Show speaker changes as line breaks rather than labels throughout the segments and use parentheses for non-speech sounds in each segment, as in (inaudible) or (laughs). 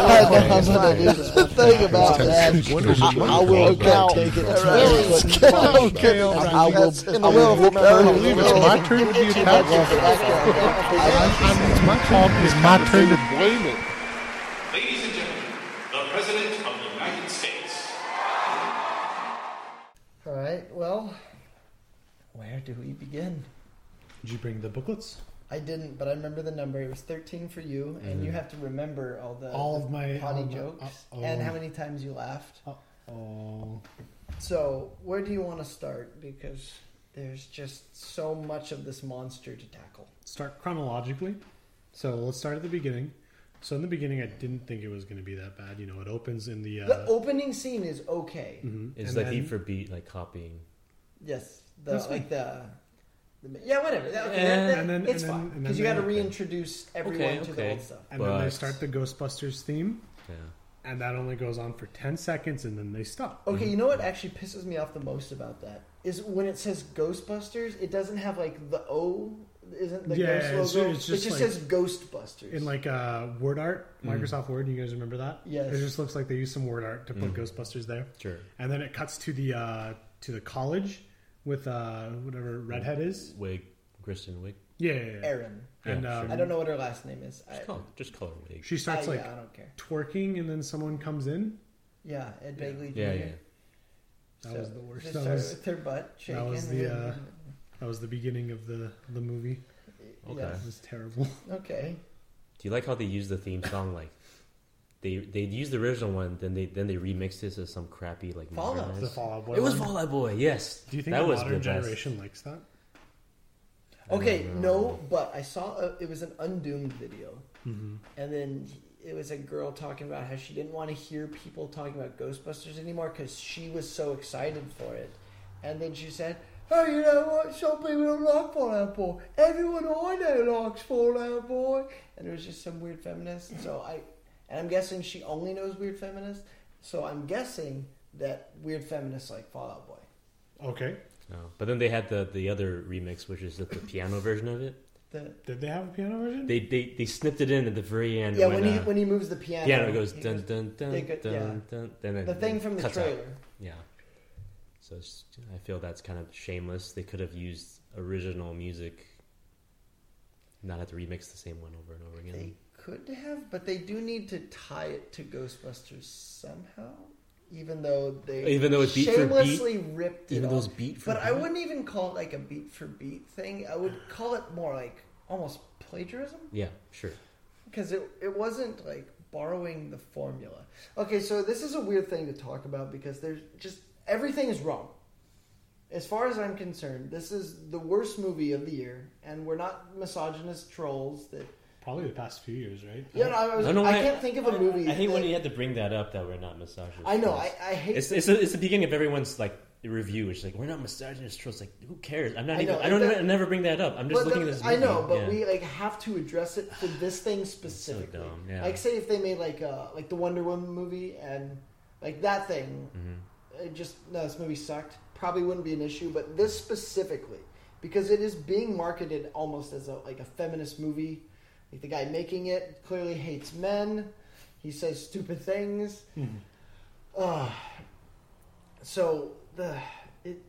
That's what it is. The thing about that, I will
Okay.
not take it. That's really what-
Okay, all right.
I will. I will remember.
I believe it's my turn to be attacked. It's my turn. It's my turn to blame it.
Ladies and gentlemen, the President of the United States.
All right. Well, where do we begin?
Did you bring the booklets?
I didn't, but I remember the number. It was thirteen for you, and you have to remember all the
Mm-hmm. All of my-
potty
all my-
jokes
uh,
and
oh.
how many times you laughed.
Oh,
So, where do you want to start? Because there's just so much of this monster to tackle.
start chronologically. So let's start at the beginning. So in the beginning, I didn't think it was going to be that bad. You know, it opens in the. Uh,
The opening scene is okay.
mhm,
Is
and
the
then-
heat for beat like copying?
Yes, the
That's
like the, the yeah, whatever. That, okay,
And-
that- that-
and then- and
it's
then-
fine
and
because
then
you got to
they-
reintroduce everyone
Okay,
to the
okay.
old stuff.
and then they
But-
start the Ghostbusters theme,
Yeah.
and that only goes on for ten seconds, and then they stop.
Okay, you know what actually pisses me off the most about that is when it says Ghostbusters, it doesn't have like the O, isn't the
Yeah, it's
ghost logo?
ju- it's just
it just
like-
says Ghostbusters.
In like uh, word art, Microsoft Word, you guys remember that?
Yes.
It just looks like they used some word art to put Ghostbusters there.
Sure.
And then it cuts to the uh, to the college with uh, whatever redhead is.
Wig, Kristen Wig.
Yeah. yeah, yeah.
Erin.
And
Yeah,
um,
I don't know what her last name is. I,
Just call, just call her Wig.
She starts
I-
like
yeah, I don't care.
twerking, and then someone comes in.
Yeah, Ed Begley.
Yeah,
Jr.
yeah.
That was the worst.
They
That
started
was-
with their butt shaking.
that was the uh, that was the beginning of the the movie.
Okay.
Yes.
That was terrible. (laughs)
Okay.
Do you like how they use the theme song? Like, they they used the original one, then they then they remixed it as some crappy like.
Fall Out.
modernized-
the Fall Out Boy.
It was
one.
Fall Out Boy. Yes.
Do you think
that
the
was
modern
the
generation likes that?
Okay,
uh,
no, but I saw a, it was an Undoomed video,
Mm-hmm.
and then it was a girl talking about how she didn't want to hear people talking about Ghostbusters anymore because she was so excited for it, and then she said, "Hey, you know what? Some people don't like Fallout Boy. Everyone I know likes Fallout Boy." And it was just some weird feminist. So I, and I'm guessing she only knows weird feminists. So I'm guessing that weird feminists like Fallout Boy.
Okay.
No. But then they had the the other remix, which is the, the piano version of it.
The,
Did they have a piano version?
They they they snipped it in at the very end.
yeah,
when,
when he
uh,
when he moves the piano,
piano goes
he
dun dun dun
they
dun
go-
dun. Then it
The thing from the
cuts out.
trailer.
Yeah. So it's, I feel that's kind of shameless. They could have used original music, not have to remix the same one over and over
They
again.
could have, but they do need to tie it to Ghostbusters somehow. Even though they
Even though it's beat for beat?
shamelessly ripped it
Even though
off.
it's beat for
but I
beat?
wouldn't even call it like a beat for beat thing. I would call it more like almost plagiarism
Yeah, sure.
because it it wasn't like borrowing the formula. Okay, so this is a weird thing to talk about because there's just everything is wrong. As far as I'm concerned, this is the worst movie of the year, and we're not misogynist trolls that
Probably the past few years, right?
Yeah, no, I, was,
I don't know
I
why-
can't think of a movie.
I hate when
that-
you had to bring that up that we're not misogynist.
I know. I,
trolls.
I hate.
it's it's, a, it's the beginning of everyone's like review. It's like we're not misogynist trolls. Like who cares? I'm not
I
even.
know,
I don't
and
even, never bring that up. I'm just
but
looking
the-
at this.
I know,
movie.
but
Yeah.
we like have to address it for this
(sighs)
thing specifically.
dumb, yeah.
Like, say if they made like uh like the Wonder Woman movie and like that thing,
Mm-hmm.
it just no, this movie sucked. Probably wouldn't be an issue, but this specifically because it is being marketed almost as a like a feminist movie. Like the guy making it clearly hates men. He says stupid things. Ugh. (sighs) so the it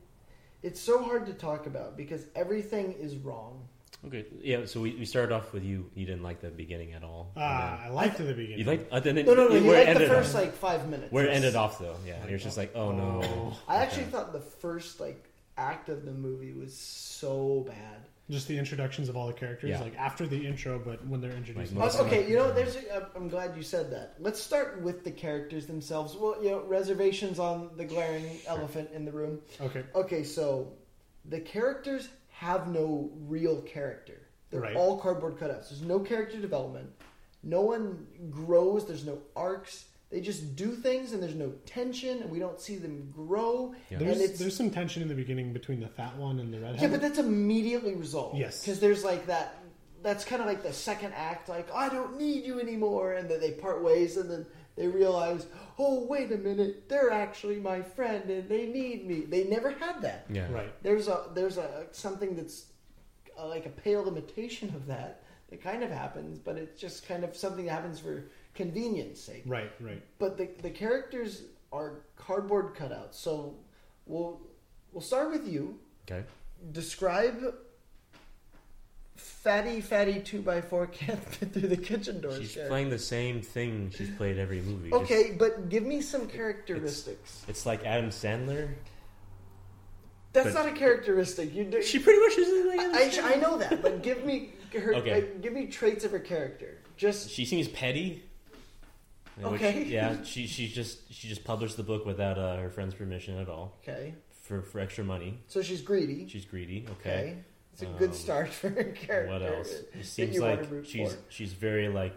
it's so hard to talk about because everything is wrong.
Okay. Yeah. So we, we started off with you. You didn't like the beginning at all.
Ah, I liked it at the beginning.
You like uh, then it,
No, no, no.
it-
You
where it
like the
ended
first
off,
like five minutes.
where it ended off though. Yeah, you're just like, oh no.
Oh.
I actually thought the first like act of the movie was so bad.
just the introductions of all the characters,
Yeah.
like after the intro, but when they're introduced.
Like,
Uh,
Awesome.
okay, you know, there's. A, um, I'm glad you said that. Let's start with the characters themselves. Well, you know, reservations on the glaring elephant in the room.
okay.
Okay, so the characters have no real character. They're
Right.
all cardboard cutouts. There's no character development. No one grows. There's no arcs. They just do things, and there's no tension, and we don't see them grow. And
There's,
it's
there's some tension in the beginning between the fat one and the redhead.
Yeah, but that's immediately resolved.
Yes.
because there's like that. That's kind of like the second act. Like I don't need you anymore, and then they part ways, and then they realize, oh wait a minute, they're actually my friend, and they need me. They never had that.
Yeah.
right.
There's a there's a something that's uh like a pale imitation of that that kind of happens, but it's just kind of something that happens for convenience sake.
Right, right.
But the the characters are cardboard cutouts. So we'll we'll start with you.
Okay.
Describe fatty fatty two by four can't (laughs) fit through the kitchen door.
She's
character.
playing the same thing she's played every movie. just-
Okay, but give me some characteristics.
it's like Adam Sandler.
That's
but-
not a characteristic. You do.
She pretty much is like Adam
I,
Sandler.
I know that, but give me her.
Okay.
uh, give me traits of her character. Just
She seems petty. in which-
Okay.
yeah, she she just she just published the book without uh, her friend's permission at all
okay.
for for extra money.
So she's greedy.
She's greedy.
Okay.
Okay.
It's a good
Um,
start for her character.
What else?
that
It seems
you wanna
like
root
she's
for.
she's very like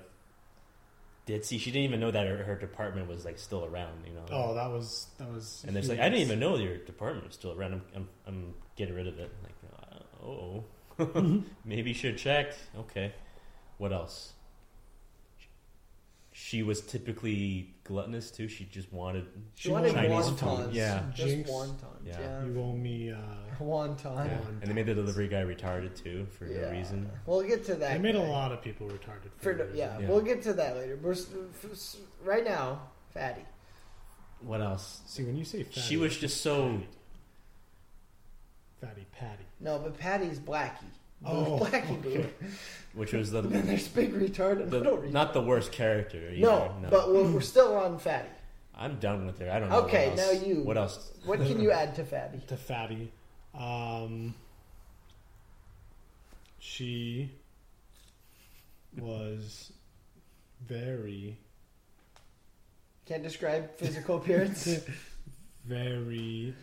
ditzy. She didn't even know that her, her department was like still around. You know.
Oh, that was that was.
And it's like I didn't even know your department was still around. I'm I'm, I'm getting rid of it. Like oh,
Mm-hmm.
(laughs) maybe you should check. Okay, what else? She was typically gluttonous too. She just wanted.
She wanted
Chinese
wontons.
food, yeah.
Just
Jinx.
wontons.
Yeah.
Yeah.
You owe me. Uh,
Wonton.
Yeah.
And they made the delivery guy retarded too for no
Yeah.
reason.
We'll get to that.
they made a
guy.
lot of people retarded.
For,
For, no reason.
yeah,
Yeah.
we'll get to that later. We're, s- f- s- right now, fatty.
What else?
See, when you say fatty,
She was just so.
fatty patty.
No, but Patty's Blackie.
Oh,
There's Blackie dude. (laughs)
Which was the,
And there's Big Retard and Little
the
Retard.
not the worst character. Either.
no, but we're, we're still on Fatty.
I'm done with her. I don't know. what
Okay, now
else.
you.
What else?
What can you add to Fatty?
to fatty. Um, she was very,
Can't describe physical appearance.
very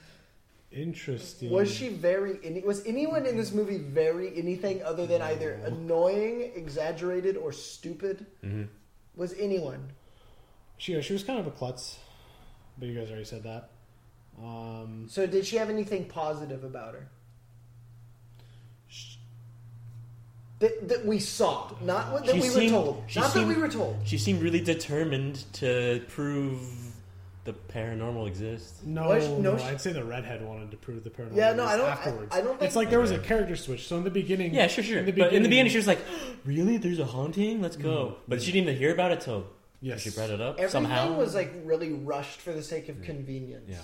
interesting.
was she very? Any, was anyone in this movie very anything other than either annoying, exaggerated, or stupid?
Mhm.
Was anyone?
She she was kind of a klutz, but you guys already said that. Um,
So did she have anything positive about her?
sh-
That, that we saw, not what, that
She
we
seemed-
were told.
she
Not that we
seemed-
were told.
She seemed really determined to prove the paranormal exists.
no,
Was she- no,
no,
she-
I'd say the redhead wanted to prove the paranormal.
Yeah, no, I
was
don't- I-
Afterwards.
I don't think-
it's like there was a
Okay.
character switch. So in the beginning,
Yeah, sure, sure.
In the
but in the
beginning-
beginning,
Mm-hmm.
she was like, (gasps) "Really? There's a haunting? Let's go!" But she didn't even hear about it till
Yes.
she brought it up
Everything
somehow.
was like really rushed for the sake of convenience.
Yeah.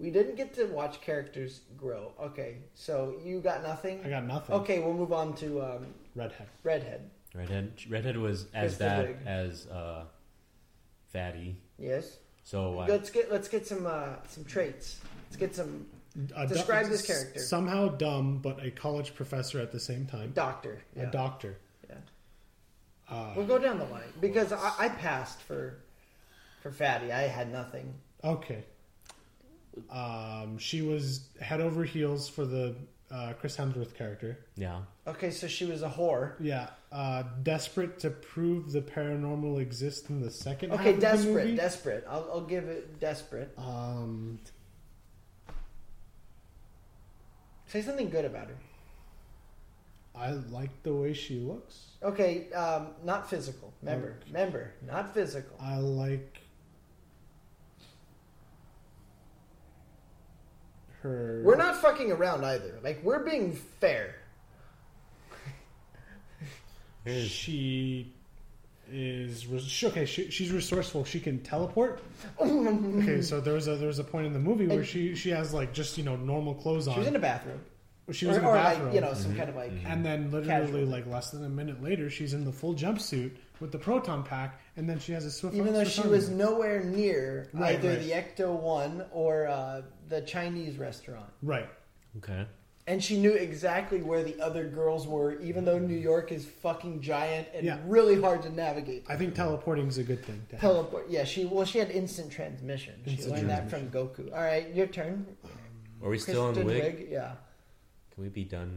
We didn't get to watch characters grow. Okay, so you got nothing.
I got nothing.
Okay, we'll move on to um,
redhead.
redhead.
redhead. Redhead was as
Kristen
that
Wiig.
as uh, fatty.
Yes.
So I,
Let's get let's get some uh, some traits. Let's get some
A du-
Describe this character.
Somehow dumb, but a college professor at the same time.
doctor. Yeah.
A doctor.
yeah.
Uh,
We'll go down the line because I, I passed for for fatty. I had nothing.
Okay. Um, she was head over heels for the uh, Chris Hemsworth character.
yeah,
Okay, so she was a whore.
Yeah, uh, desperate to prove the paranormal exists in the second. half
Okay,
of The
desperate,
movie.
desperate. I'll, I'll give it desperate.
um,
Say something good about her.
I like the way she looks.
Okay, um, not physical. Member,
Mm.
member, not physical.
I like her.
We're not fucking around either. Like we're being
(laughs)
fair.
She is res- she- okay. She, she's resourceful. She can teleport. okay, so there was a there was a point in the movie where
And-
she she has like just you know normal clothes on.
She was in a bathroom,
she was
or,
in a
or
bathroom. Mm-hmm.
like you know some kind of like
and then literally
Casual.
like less than a minute later, she's in the full jumpsuit with the proton pack, and then she has a swift.
even though
swift
she
arm
was
movement.
nowhere near
Right,
either
right.
the Ecto One or uh, the Chinese restaurant,
right.
okay.
and she knew exactly where the other girls were, even though New York is fucking giant and
Yeah.
really hard to navigate.
I think teleporting is a good thing. To have.
Teleport. Yeah, she well, she had instant transmission. She
Instant
learned that from Goku. All right, your turn.
Are we still on the wig?
(laughs)
Wiig, Yeah.
Can we be done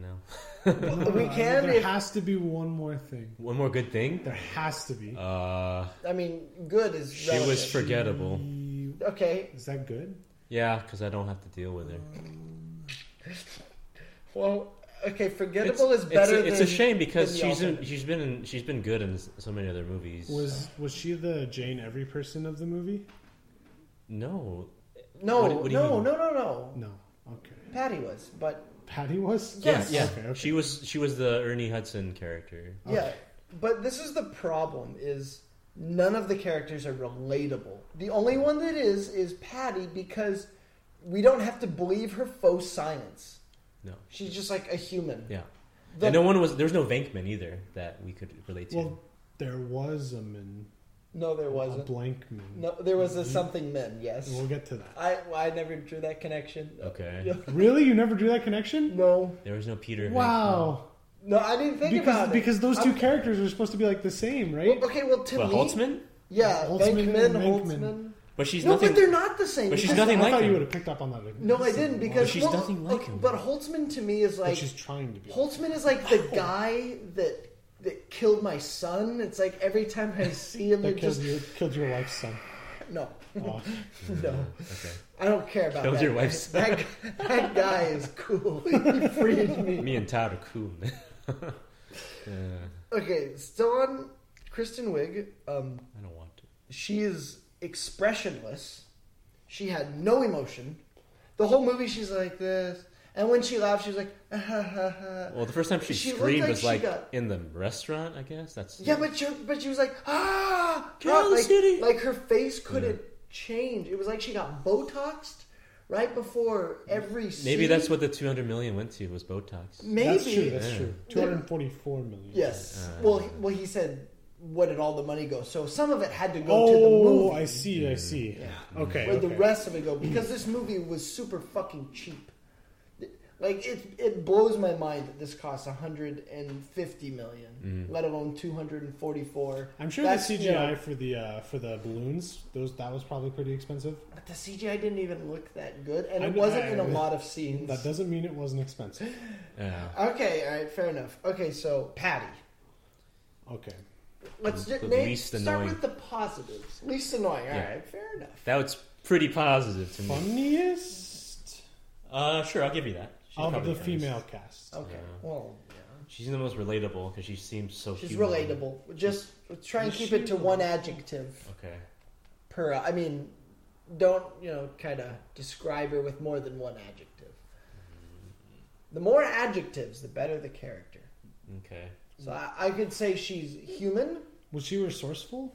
No,
now?
we
no, no,
can
There
if-
has to be one more thing.
One more good thing.
There has to be.
Uh,
I mean, good is.
she was
relative.
forgettable.
Okay.
Is that good?
Yeah, because I don't have to deal with her.
Well, okay. Forgettable
it's,
is better.
It's, a- it's
than,
a shame because
than the
she's in,
alternate.
she's been in, she's been good in s- so many other movies.
Was was she the Jane Every person of the movie?
no,
no,
What do- what do you
no,
mean?
no, no, no.
No. Okay.
Patty was, but
Patty was.
Yes.
Yeah,
Okay. okay.
she was she was the Ernie Hudson character.
yeah. But this is the problem: is none of the characters are relatable. The only one that is is Patty because we don't have to believe her faux science.
No.
She's just like a human.
Yeah.
The-
and no one was. There was no Venkman either that we could relate to.
Well, there was a man,
No, there
a
wasn't.
blank man.
No, there was
Mm-hmm.
a something men. Yes.
We'll get to that.
I I never drew that connection.
Okay.
Yeah.
Really, you never drew that connection?
No,
there was no Peter. Venkman.
Wow.
no, I didn't think
Because
about it
because those 2
I'm-
characters are supposed to be like the same, right?
Well, okay, well, to
Well,
me,
Holtzman,
yeah,
Holtzman
Venkman,
and Venkman.
Holtzman.
but she's
no,
nothing.
but they're not the same.
But she's
because-
nothing
I
like
thought you
him.
would have picked up on that.
No, I didn't because
she's
well,
nothing like
okay,
him.
But Holtzman to me is
But
like
she's trying to be.
Holtzman is like the guy that that killed my son. It's like every time I see him,
that
it
killed
just
your killed your wife's
(laughs)
son.
no,
Oh.
no.
Okay.
I don't care about
Killed
that.
your wife's
That, guy- that guy is cool. (laughs) he freed me.
Me and Todd are cool. man. (laughs)
Okay, still on Kristen Wiig. Um,
I don't want to.
she is expressionless. She had no emotion. The whole movie, she's like this, and when she laughed, she was like, (laughs) ha, ha, ha.
Well, the first time she,
She looked
screamed
like
was
she
like
got-
in the restaurant. I guess that's
yeah, but she, but she was like, ah,
Get
ah,"
out of the
like,
city.
like her face couldn't change. It was like she got Botoxed right before every.
maybe
scene.
that's what the 200 million went to was Botox.
Maybe
That's true. That's
Yeah.
true. Two hundred forty-four million.
Yes.
Uh,
well, he, well, he said, "What did all the money go?" So some of it had to go to the
Oh,
movie,
I see. I see. Okay.
where
okay.
the rest of it go because this movie was super fucking cheap. Like it, it blows my mind that this costs 150 million, let alone 244.
Mm. I'm sure
That's,
the CGI
you know,
for the uh, for the balloons those that was probably pretty expensive.
but the CGI didn't even look that good, and
I
it
know,
wasn't
I-
in a lot of scenes.
That doesn't mean it wasn't expensive.
Yeah.
okay, all right, fair enough. Okay, so Patty.
Okay.
Let's
The
ju- name,
least
start
annoying.
with the positives. Least annoying. All right,
Yeah.
fair enough.
That was pretty positive
Hmm.
to me.
Funniest
Uh, sure, I'll give you that. She's
of
probably
the
nice.
female cast.
Okay.
Yeah.
Well, yeah.
She's the most relatable because she seems so.
She's
human.
relatable. Just try and
Is
keep
she
it to one adjective
Okay.
per. I mean, don't you know? Kind of describe her with more than one adjective. The more adjectives, the better the character.
Okay.
So I, I could say she's human.
Was she resourceful?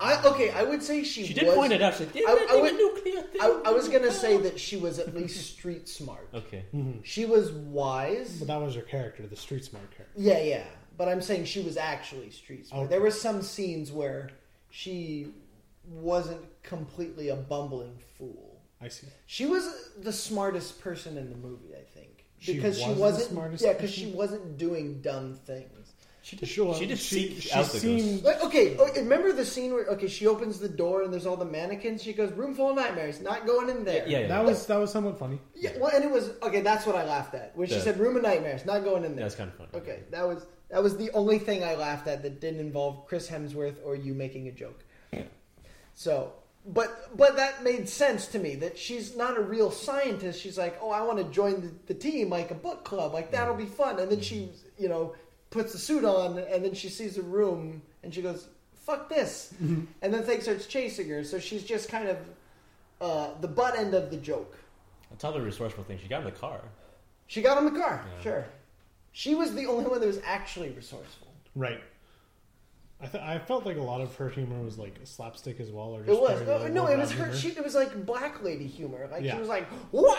I okay. I would say she.
She did
was,
point it out. She did
I- I
I,
would-
nuclear thing.
I, I was gonna say that she was at least
(laughs)
street smart.
Okay.
She was wise.
But that was her character, the street smart character.
Yeah, yeah. But I'm saying she was actually street smart.
Okay.
There were some scenes where she wasn't completely a bumbling fool.
I see.
She was the smartest person in the movie, I think,
She
because she,
was the
wasn't.
smartest
yeah, because she
person?
wasn't doing dumb things.
She did.
Sure.
She did
She-
seek
she
out the
seemed-
ghost.
Like, okay, oh, remember the scene where okay, she opens the door and there's all the mannequins. She goes, "Room full of nightmares, not going in there."
Yeah, yeah.
That was that was somewhat funny.
Yeah, well, and it was okay. That's what I laughed at. Where she
The-
said, "Room of nightmares, not going in there."
That was kind of funny.
Okay, that was that was the only thing I laughed at that didn't involve Chris Hemsworth or you making a joke. So, but but that made sense to me that she's not a real scientist. She's like, oh, I want to join the, the team, like a book club, like that'll be fun. And then she, you know, puts the suit on, and then she sees a room, and she goes, fuck this, and then thing starts chasing her. So she's just kind of uh, the butt end of the joke.
That's all the resourceful thing. She got in the car.
She got in the car,
Yeah.
sure. She was the only one that was actually resourceful.
Right. I th- I felt like a lot of her humor was like slapstick as well, or just
It was
very
no,
low
no, it was
brow
her.
humor.
She, it was like black lady humor. Like she
Yeah.
was like, "Wow,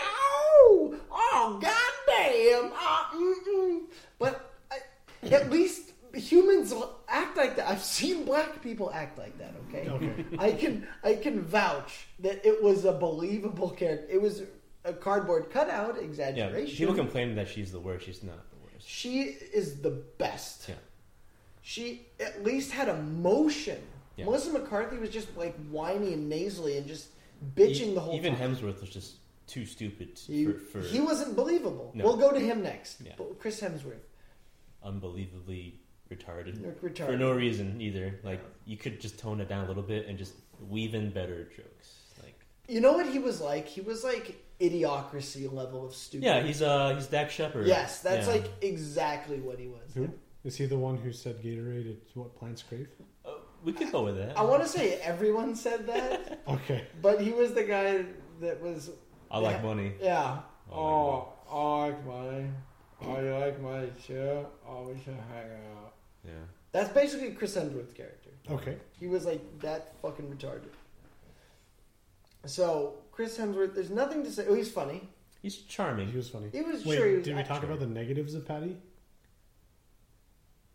oh goddamn, ah, mm-mm. But I, at least humans l- act like that. I've seen black people act like that. Okay,
Okay.
I can I can vouch that it was a believable character. It was a cardboard cutout
Yeah.
exaggeration.
People complain that she's the worst. She's not the worst.
She is the best.
Yeah.
She at least had emotion.
Yeah.
Melissa McCarthy was just like whiny and nasally and just bitching
E-
the whole
Even
time.
Hemsworth was just too stupid
he,
for, for
he wasn't believable.
No.
We'll go to him next.
Yeah.
But Chris Hemsworth.
unbelievably retarded.
Like, retarded.
for no reason either. Like you could just tone it down a little bit and just weave in better jokes. Like
You know what he was like? He was like idiocracy level of stupid.
yeah, he's uh he's Dak Shepard.
Yes, that's
Yeah.
like exactly what he was.
Who is he? The one who said Gatorade is what plants
(laughs)
crave.
Uh, we could go with that.
I want to say everyone said
(laughs)
that,
Okay.
but he was the guy that was
I like money.
Yeah.
I like
Oh, I like money. I like my chair. I wish I hang out.
Yeah.
That's basically Chris Hemsworth's character.
Okay.
He was like that fucking retarded. So Chris Hemsworth, there's nothing to say. Oh, he's funny.
He's charming.
He was funny.
He was
Wait,
sure he was
did we talk
actually-
about the negatives of Patty?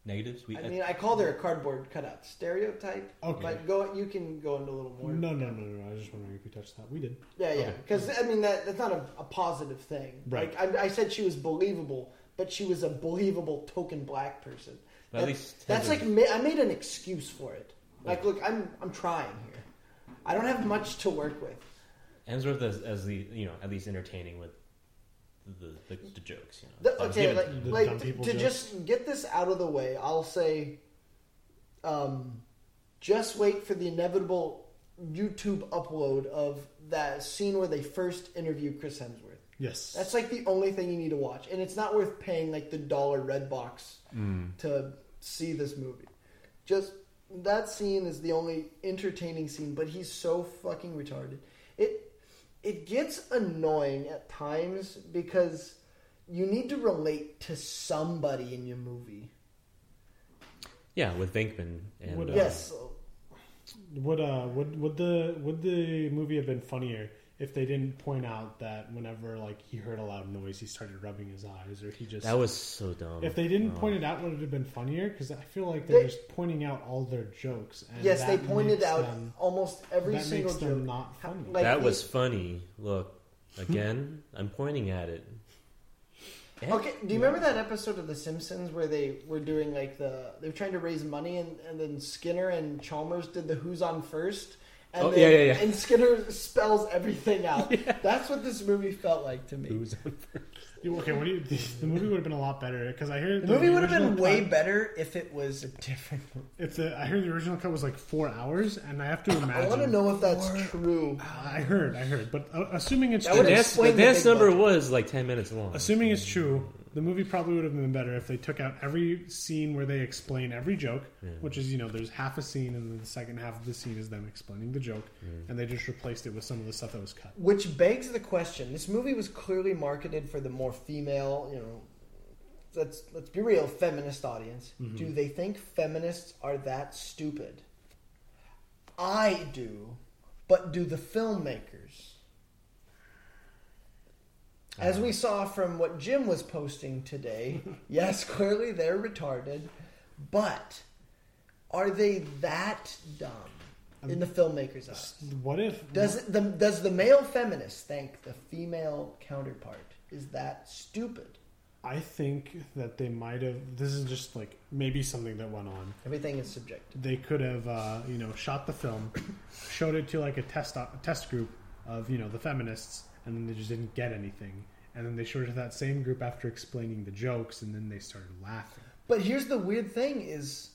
Negatives. We, uh,
I mean, I called her a cardboard cutout stereotype.
Okay.
But go, you can go into a little more.
No, no, no, no. I was just wondering if we touched that. We did.
Yeah, yeah.
Okay.
Because I mean, that that's not a, a positive thing.
Right.
Like I, I said, she was believable, but she was a believable token black person.
But at
That-
least
that's like
Heather-
ma- I made an excuse for it. Like, look, I'm I'm trying here. I don't have much to work with.
Hemsworth as, as the you know at least entertaining with the the, the jokes. You know,
The-
I was
okay,
giving-
like,
the
like
dumb
to,
people
to
jokes.
just get this out of the way, I'll say, um, just wait for the inevitable YouTube upload of that scene where they first interview Chris Hemsworth.
Yes.
That's like the only thing you need to watch, and it's not worth paying like the dollar red box
Mm.
to see this movie. Just that scene is the only entertaining scene, but he's so fucking retarded. It it gets annoying at times because you need to relate to somebody in your movie.
yeah, with Venkman and
Would,
uh,
Yeah.
Yes,
Would uh would would the would the movie have been funnier if they didn't point out that whenever like he heard a loud noise he started rubbing his eyes or he just
that was so dumb.
if they didn't
Oh.
point it out would it have been funnier because I feel like they're
They-
just pointing out all their jokes. And
yes, they
that
pointed
makes
out
them-
almost every
that
single
makes them
joke.
not
How-
funny.
like,
that
the-
was funny. Look again, I'm pointing at it. Eh?
Okay, do you remember that episode of The Simpsons where they were doing like the they were trying to raise money and, and then Skinner and Chalmers did the who's on first and
Oh,
then,
yeah, yeah, yeah.
and Skinner spells
(laughs)
everything out. That's what this movie felt like to me.
Who's on first?
You- okay, what do you, (laughs) the movie would have been a lot better because I hear
the movie would have been
original
way
cut-
better if it was a different movie.
If the I hear the original cut was like four hours, and I have to imagine.
I want to know if that's true.
I heard, I heard, but uh, assuming it's
That
The
would
true,
dance, the
explain the
dance
big
number
budget.
was like ten minutes long.
assuming it's true, the movie probably would have been better if they took out every scene where they explain every joke, which is you know there's half a scene and then the second half of the scene is them explaining the joke, and they just replaced it with some of the stuff that was cut.
Which begs the question: This movie was clearly marketed for the more female, you know. Let's let's be real, feminist audience. Do they think feminists are that stupid? I do, but do the filmmakers? As we saw from what Jim was posting today, yes, clearly they're retarded, but are they that dumb in the filmmakers' eyes?
What if
Does it- the does the male feminist think the female counterpart is that stupid?
I think that they might have? This is just like maybe something that went on.
Everything is subjective.
they could have uh, you know shot the film, (coughs) showed it to like a test a test group of you know the feminists, and then they just didn't get anything. And then they showed it to that same group after explaining the jokes, and then they started laughing.
But here's the weird thing: is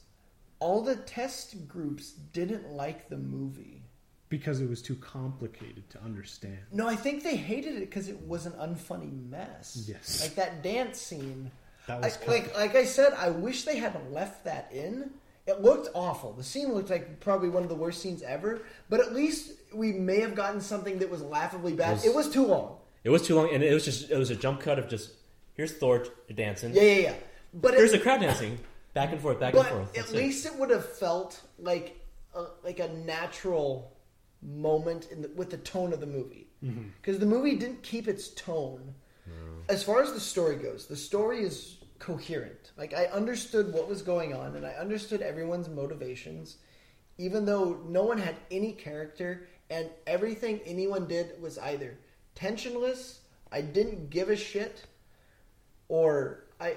all the test groups didn't like the movie.
Because it was too complicated to understand.
No, I think they hated it because it was an unfunny mess.
Yes.
like that dance scene.
That
I-
was kind
like like I said, I wish they had left that in. It looked awful. The scene looked like probably one of the worst scenes ever. But at least we may have gotten something that was laughably bad.
Was-
it was too long.
It was too long, and it was just it was a jump cut of just here's Thor dancing,
Yeah, yeah, yeah. But
here's
it,
the crowd dancing, back and forth, back
but
and forth.
at
That's it.
least it. would have felt like a, like a natural moment in the, with the tone of the movie
Mm-hmm.
because the movie didn't keep its tone
Mm.
as far as the story goes the story is coherent like i understood what was going on and i understood everyone's motivations even though no one had any character and everything anyone did was either tensionless i didn't give a shit or i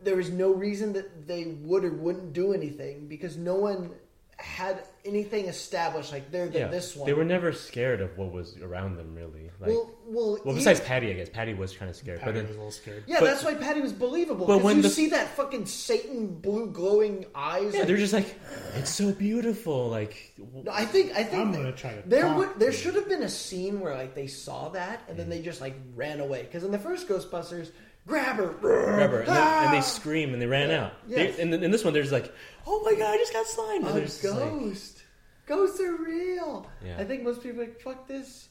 there was no reason that they would or wouldn't do anything because no one had anything established like they're the,
yeah,
this one
they were never scared of what was around them really. Like,
well,
well,
well, you-
besides Patty, I guess Patty was kind of scared,
of, I was
but
a
then
little scared.
yeah,
but-
that's why Patty was believable.
But
But
when
you
the-
see that fucking Satan blue glowing eyes,
yeah,
like-
they're just like it's so beautiful, like w-
No, I think I think
I'm
that-
gonna try to
there
talk
would there should have been a scene where like they saw that
Mm.
and then they just like ran away because in the first Ghostbusters, grab her, Ah! grab
rubber, and, they, and they scream and they ran out.
yes.
They, and then in this one, there's like, oh my god, I just got slimed. And
a
they're just
ghost.
like,
Oh, Ghosts are real.
Yeah.
I think most people are like fuck this.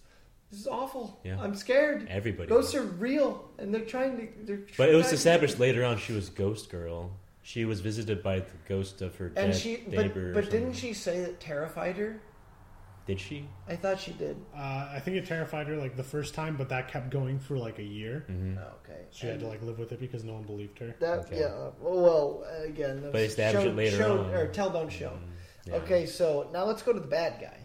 This is awful.
Yeah.
I'm scared.
Everybody
Ghosts
was.
are real, and they're trying to. They're
but it was
trying to-
established later on she was Ghost Girl, She was visited by the ghost of her
And
dead
she, but,
neighbor. or
but didn't
something.
she say that terrified her?
Did she?
I thought she did.
Uh, I think it terrified her like the first time, but that kept going for like a year.
Oh, okay.
She had
And
to like live with it because no one believed her.
that.
Hmm. Okay.
Yeah. oh, Well, again, that
But
was
it's the average
show-
later
show-
on. Mm,
or tell don't show.
Yeah. Hmm.
Okay, so now let's go to the bad guy.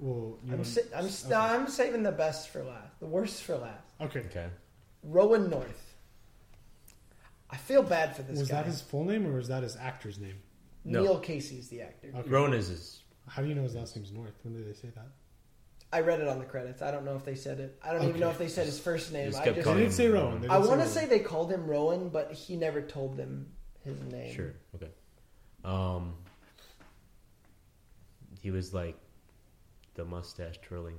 Well, you
I'm
want-
sa- I'm s no, I'm saving the best for last, the worst for last.
okay.
Okay.
Rowan North. I feel bad for this
Was
guy.
that his full name or was that his actor's name?
No.
Neil Casey's the actor.
Okay.
Rona's is.
How do you know his last name's North? When did they say that?
I read it on the credits. I don't know if they said it. I don't even
Okay.
know if they said his first name.
Just
I
kept
just
They
calling
didn't say
him
Rowan.
Rowan.
They
I
didn't say
want to
Rowan.
say they called him Rowan, but he never told them his name.
Sure. Okay. Um. He was like the mustache twirling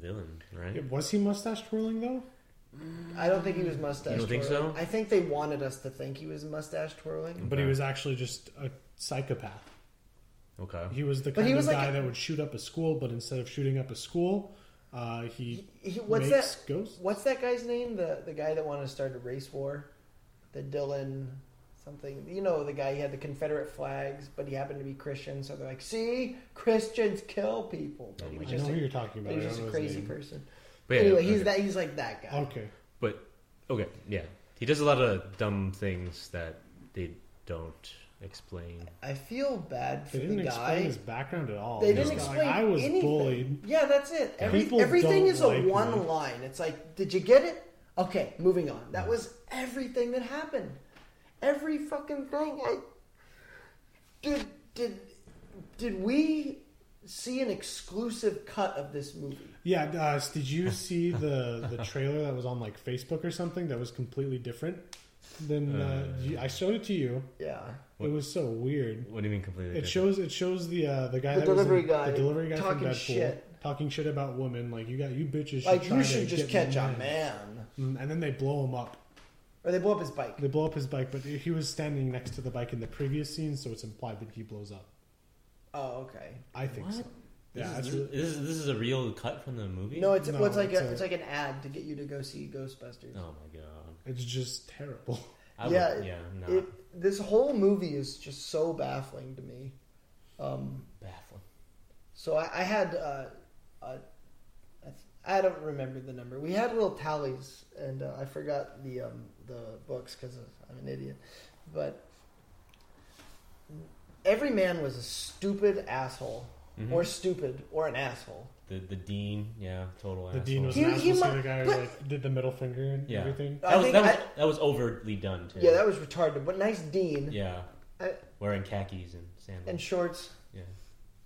villain, right?
Yeah, was he mustache twirling though?
I don't think he was mustache.
You don't think
twirling.
so?
I think they wanted us to think he was mustache twirling.
But he
Okay.
was actually just a psychopath.
Okay.
He was the
But
kind
he was
of
like
guy
a-
that would shoot up a school, but instead of shooting up a school, uh, he,
He, what's
makes
that?
ghosts.
What's that guy's name? The the guy that wanted to start a race war, the Dylan something. You know the guy. He had the Confederate flags, but he happened to be Christian. So they're like, "See, Christians kill people." But he
Oh,
was
I know
just
who
a,
you're talking
but
about.
he was
I
just
don't
a
know his
crazy
name. Um,
person.
But yeah,
anyway,
okay.
he's that. He's like that guy.
Okay,
But okay, yeah, he does a lot of dumb things that they don't explain.
I feel bad for
they didn't
the
explain
guy.
his background at all.
They
He's
didn't
like,
explain.
I was
anything.
bullied.
Yeah, that's it. Every,
People
everything
don't
is a
like me.
one line. It's like, did you get it? Okay, moving on. That was everything that happened. Every fucking thing. I, did did did we see an exclusive cut of this movie?
Yeah, uh, did you see the the trailer that was on like Facebook or something that was completely different than uh, you, I showed it to you?
Yeah,
It was so weird.
What do you mean completely?
It
different?
shows it shows the uh, the guy
The
that was in-
delivery guy
the delivery guy
talking
from Deadpool
shit.
talking shit about women like you got you bitches should
like
try
you
to
should just
get
catch
men.
a man.
Mm, and then they blow him up.
Or they blow up his bike.
They blow up his bike, but he was standing next to the bike in the previous scene, so it's implied that he blows up.
Oh, okay.
I think so. Yeah,
This
that's
is,
really,
this, is, this is a real cut from the movie.
No, it's
No,
well, it's like
it's
a,
a-
it's like an ad to get you to go see Ghostbusters.
Oh my god.
it's just
(laughs)
terrible.
I
yeah,
would-
it-
yeah. No.
it- this whole movie is just so baffling to me. Um,
Baffling.
so I, I had, uh, uh, I th- I don't remember the number. We had little tallies, and uh, I forgot the um, the books because I'm an idiot. But every man was a stupid asshole,
Mhm.
or stupid, or an asshole.
The the dean. Yeah. Total.
The dean was
He-
an
he
asshole, so
might-
the guy
but- Uh,
like did the middle finger and
Yeah.
everything.
I
That was,
think
that, was,
I-
that was overtly done too.
Yeah, that was retarded, but nice Dean
Yeah.
I-
Wearing khakis and sandals.
and shorts.
yeah.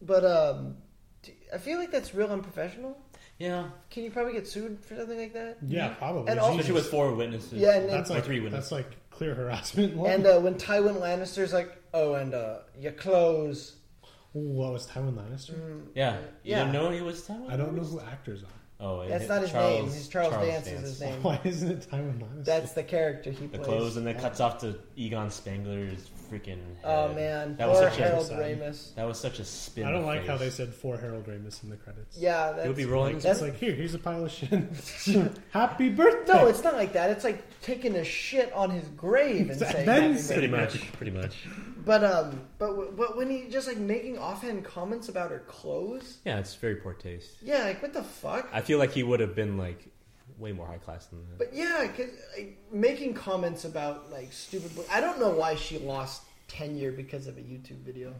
But um, d- I feel like that's real unprofessional.
Yeah.
Can you probably get sued for something like that?
Yeah, probably.
And also-
Jesus.
Especially with Oh, four witnesses.
Yeah, and then-
that's
or
like
three
that's
witnesses.
like clear (laughs) harassment. law.
And uh, when Tywin Lannister's like, "Oh, and uh, your clothes,"
what was Tywin Lannister?
yeah. You
yeah.
didn't know he was Taiwan?
I don't know who actors are. (laughs)
Oh, and
that's
it-
not his
Charles,
name. His Charles, Dance, is his name.
Why isn't it Tywin Lannister?
That's the character he
the
plays.
clothes, and then cuts off to Egon Spangler's freaking.
Oh
head.
man,
that was
poor
such
Harold
a
Ramis.
that was such a spin.
I don't
of
like how they
face.
said for Harold Ramis in the credits.
Yeah, that's.
You'll be rolling.
That's-
It's like here, here's a pile of shit. (laughs) Happy birthday.
no, it's not like that. It's like taking a shit on his grave and saying.
Then
happy
say-
pretty
(laughs)
birthday.
much. Pretty much.
But um, but w- but when he just like making offhand comments about her clothes,
Yeah, it's very poor taste.
yeah, like what the fuck?
I feel like he would have been like way more high class than that.
But yeah, 'cause, like, making comments about like stupid. I don't know why she lost tenure because of a YouTube video.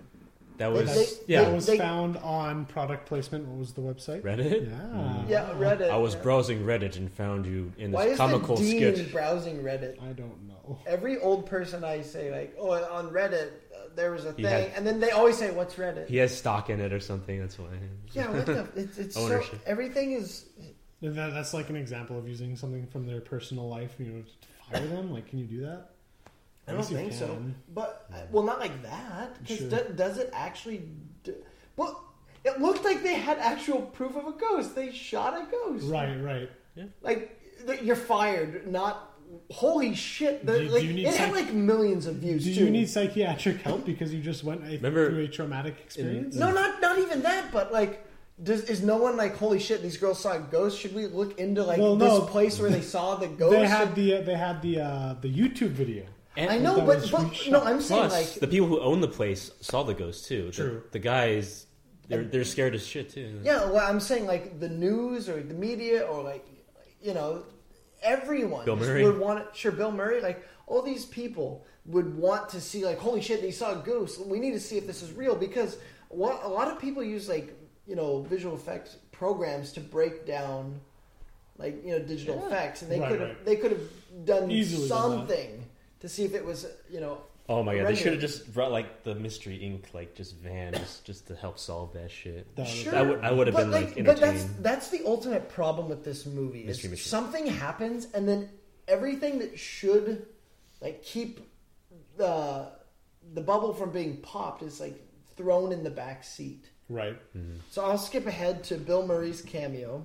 that was
That's-
they-
yeah.
that was
they-
found on product placement. What was the website?
Reddit.
Yeah.
Yeah, Reddit.
I was
yeah.
browsing Reddit and found you in
Why
this
is
comical
the dean
sketch.
browsing Reddit?
I don't know.
Every old person I say like, oh, on Reddit uh, there was a
He
thing,
had-
and then they always say, what's Reddit?
He has stock in it or something. That's why.
yeah, what the? It's,
(laughs)
it's so
Ownership.
everything is.
And That, that's like an example of using something from their personal life, you know, to fire them. Like, can you do that?
I
I
don't
guess you
think so.
can.
But uh, well, not like that. 'cause
Sure.
do- does it actually? Do, well, it looked like they had actual proof of a ghost. They shot a ghost.
Right, right.
Like th- you're fired. Not. Holy shit! The,
Do you- do
like,
you need
it had
psych-
like millions of views
Do
too.
you need psychiatric help because you just went a,
Remember-
through a traumatic experience?
No, not not even that, but like. Does, is no one like holy shit? These girls saw a ghost. Should we look into like
Well,
this
no.
place where they saw the ghost?
They had the uh, they had the uh, the YouTube video.
And
I know,
that
but,
was
but
reached
no,
out.
I'm saying
Plus,
like
the people who own the place saw the ghost too. The-
True.
The, guys, they're they're scared as shit too.
yeah. Well, I'm saying like the news or the media or like you know everyone
Bill
just
Murray.
would want it. Sure, Bill Murray. Like all these people would want to see like holy shit, they saw a goose. We need to see if this is real because what a lot of people use like you know visual effects programs to break down like you know digital effects, and they
Right,
could
right.
have they could have done
Easily done that.
something to see if it was you know
Oh my god, they
Regular.
should have just brought like the Mystery Inc. like just van just, just to help solve that shit.
That was-
Sure.
That would- I would have
but
been, like,
But that's
entertained.
that's the ultimate problem with this movie. Is
Mystery machine.
something happens and then everything that should like keep the the bubble from being popped is like thrown in the back seat.
Right.
So I'll skip ahead to Bill Murray's cameo.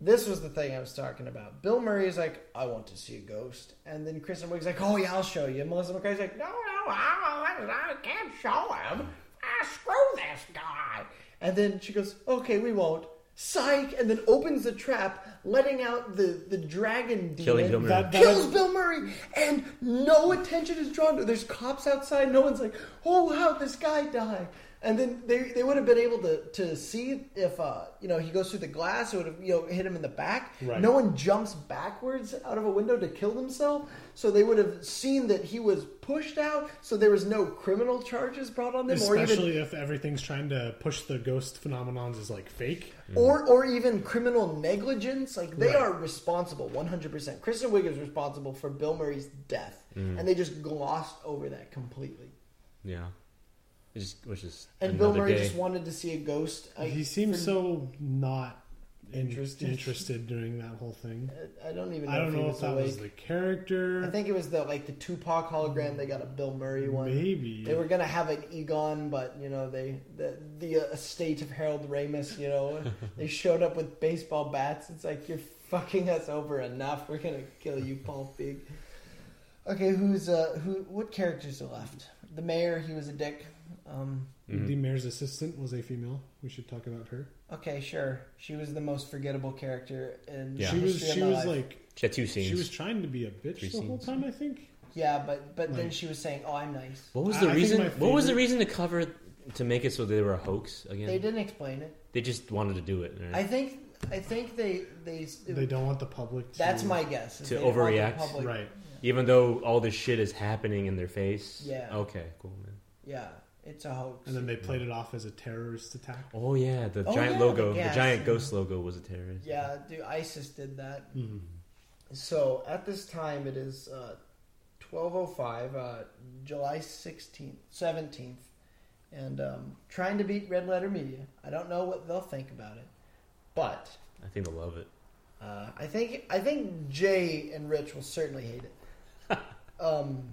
This was the thing I was talking about. Bill Murray is like, I want to see a ghost. And then Kristen Wiig's like, oh, yeah, I'll show you. And Melissa McCarthy's like, no, no, I, don't- I can't show him. Ah, screw this guy. And then she goes, okay, we won't. Psych. And then opens the trap, letting out the, the dragon demon.
Killing Bill Murray.
That- that-
Kills Bill Murray. And no attention is drawn to There's cops outside. No one's like, oh, how this guy die? And then they, they would have been able to, to see if uh, you know he goes through the glass, it would have you know hit him in the back.
Right.
No one jumps backwards out of a window to kill themselves, so they would have seen that he was pushed out. So there was no criminal charges brought on them, or even
Especially if everything's trying to push the ghost phenomenons as like fake.
or or even criminal negligence. Like they
Right.
are responsible, one hundred percent. Kristen Wiig is responsible for Bill Murray's death, and they just glossed over that completely.
Yeah. It just was just
And
another
Bill Murray
day.
just wanted to see a ghost. I,
He seems so not in-
Interested.
interested during that whole thing.
I don't even know
I
if
don't
he
know
was
if that
awake.
was the character.
I think it was the like the Tupac hologram. They got a Bill Murray one.
Maybe.
They were gonna have an Egon, but you know they the the uh, estate of Harold Ramis.
(laughs)
You know they showed up with baseball bats. It's like you're fucking us over enough. We're gonna kill you, Paul Fig. Okay, who's uh who? What characters are left? The mayor. He was a dick. Um.
Mm-hmm.
The mayor's assistant was a female. We should talk about her.
Okay, sure. She was the most forgettable character in
Yeah.
yeah.
She was she was like
She had two scenes.
she was trying to be a bitch
Three
the whole
scenes.
time. I think.
yeah, but but then
Like-
she was saying, "Oh, I'm nice."
what was
I-
the
I think
reason?
my
What was the
favorite-
reason to cover to make it so they were a hoax again?
They didn't explain it.
They just wanted to do it. right?
I think I think they they,
They don't want the public. To,
that's my guess. is
To
they want the
overreact?
public-
right.
Even though all this shit is happening in their face.
Yeah.
Okay. Cool, man.
Yeah, it's a hoax.
And then they played it off as a terrorist attack.
Oh yeah, the
Oh,
giant
yeah,
logo,
the
the
gas,
giant
yeah.
ghost logo was a terrorist.
yeah, dude, ISIS did that.
Hmm.
So at this time, it is uh, twelve oh five, uh, July sixteenth, seventeenth, and um, trying to beat Red Letter Media. I don't know what they'll think about it, but
I think they'll love it.
Uh, I think I think Jay and Rich will certainly hate
(laughs)
it. um,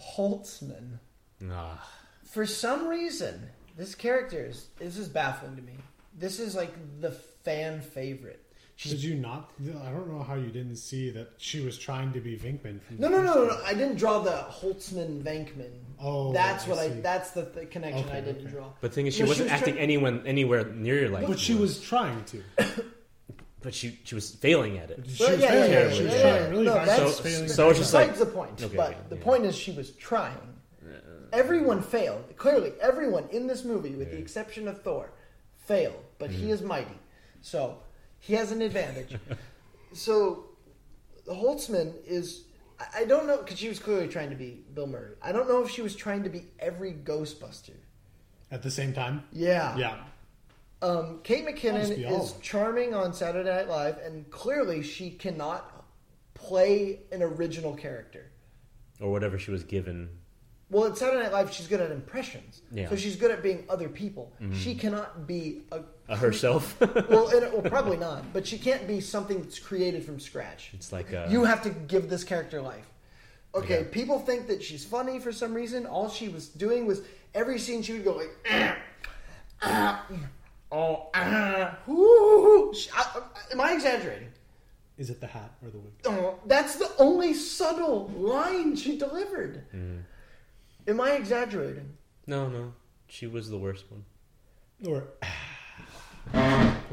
Holtzman,
Ah,
for some reason, this character is this is baffling to me. This is like the fan favorite.
Did you not? I don't know how you didn't see that she was trying to be Vinkman. From
No,
the
no,
first
no, no.
one.
no. I didn't draw the Holtzman Vankman.
Oh,
that's
I
what I.
see.
That's the th- connection
Okay,
I didn't
okay.
draw.
but the thing is, she
No,
wasn't
was
acting
try-
anyone anywhere near like.
But she was trying to.
But she she was failing at it.
She
Well,
was
yeah, yeah,
failing.
yeah,
she was
yeah,
trying
yeah.
really
No,
hard.
that's-
She was failing.
so it's just like
Besides the point.
Okay,
but
okay,
the
yeah.
point is she was trying. Everyone failed. Clearly, everyone in this movie, with the exception of Thor, failed. But
Mm-hmm.
he is mighty. So he has an
(laughs)
advantage. so Holtzman is. I- I don't know, because she was clearly trying to be Bill Murray. I don't know if she was trying to be every Ghostbuster.
at the same time.
Yeah.
Yeah.
Um, Kate
Must
McKinnon
be all
is
of them.
charming on Saturday Night Live, and clearly she cannot play an original character.
or whatever she was given.
Well, in Saturday Night Live, she's good at impressions.
Yeah.
So she's good at being other people. She cannot be a
Uh, herself. (laughs)
well, and, well, probably not. But she can't be something that's created from scratch.
It's like uh,
you have to give this character life. Okay,
Yeah.
people think that she's funny for some reason. All she was doing was every scene she would go like, "Ah, ah, oh, ah, whoo." She- I- I- am I exaggerating?
Is it the hat or the wig?
Oh, that's the only subtle line she delivered.
Mm-hmm.
Am I exaggerating?
no no.
(sighs)
She was the worst one.
Or puts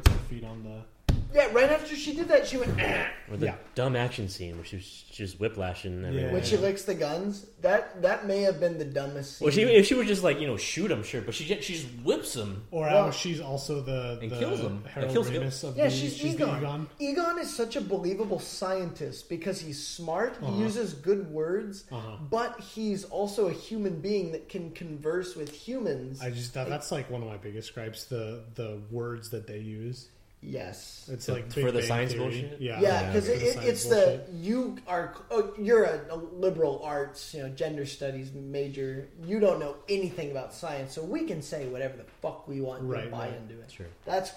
her feet on the
Yeah, right after she did that, she went, "Eh,"
Or the
Yeah.
dumb action scene where she was just whiplashing everyone.
Yeah.
when she licks the guns. That that may have been the dumbest. Scene.
Well, she if she would just like you know shoot him, sure, but she ju- she just whips him.
Or
Well-
how she's also the
And
the
kills him.
Harold
That kills him.
Ramis of
yeah,
the,
she's,
the
Egon. Egon.
Egon.
is such a believable scientist because he's smart. He uses good words,
Uh-huh.
but he's also a human being that can converse with humans.
I just thought that's like one of my biggest gripes. The the words that they use.
yes.
It's
To-
like
for
Big
the
Bang
science
Theory.
bullshit?
Yeah,
Yeah, because
for
it,
the
it,
science
it's
bullshit.
the you are oh, you're a, a liberal arts, you know, gender studies major. You don't know anything about science, so we can say whatever the fuck we want. and
Right,
buy
right.
into it.
Sure.
That's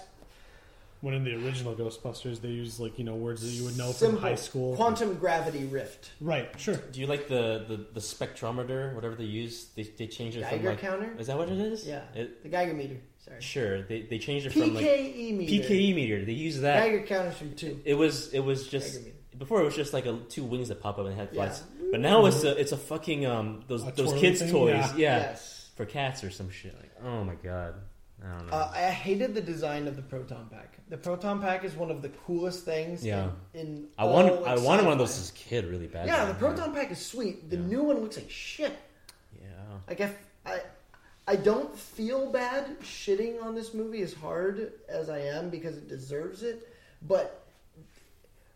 when in the original Ghostbusters they use like you know words that you would know
simple.
from high school.
Quantum gravity rift.
Right. Sure.
Do you like the the, the spectrometer, whatever they use? They they change it from
Geiger
like
counter?
Is that what it is?
Yeah,
It,
the Geiger meter. Sorry,
sure. They they changed it from like
PKE E meter.
E
PKE meter. They use that.
Geiger counters from two.
It was it was just
Geiger meter.
before it was just like a, two wings that pop up and had
Yeah.
lights. But now it's a it's a fucking um those
A
those
twirly
kids
thing?
toys.
Yeah.
Yeah.
Yes.
For cats or some shit. Like oh my god. I don't know.
Uh, I hated the design of the proton pack. The proton pack is one of the coolest things.
Yeah.
In, in
I wanted
all, like,
I wanted one of
sci-fi.
those as a kid really bad.
oh, Yeah, the proton pack is sweet. The
Yeah.
new one looks like shit.
Yeah.
Like if I, I don't feel bad shitting on this movie as hard as I am because it deserves it, but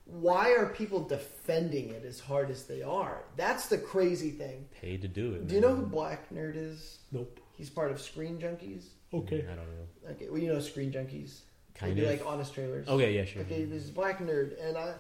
why are people defending it as hard as they are? That's the crazy thing.
Paid to do it.
Do you know who
man.
Black Nerd is?
Nope.
He's part of Screen Junkies.
Okay.
I don't know.
Okay, well you know Screen Junkies.
Kind
they do
of.
like honest trailers.
Okay, yeah, sure.
Okay, this is Black Nerd, and I,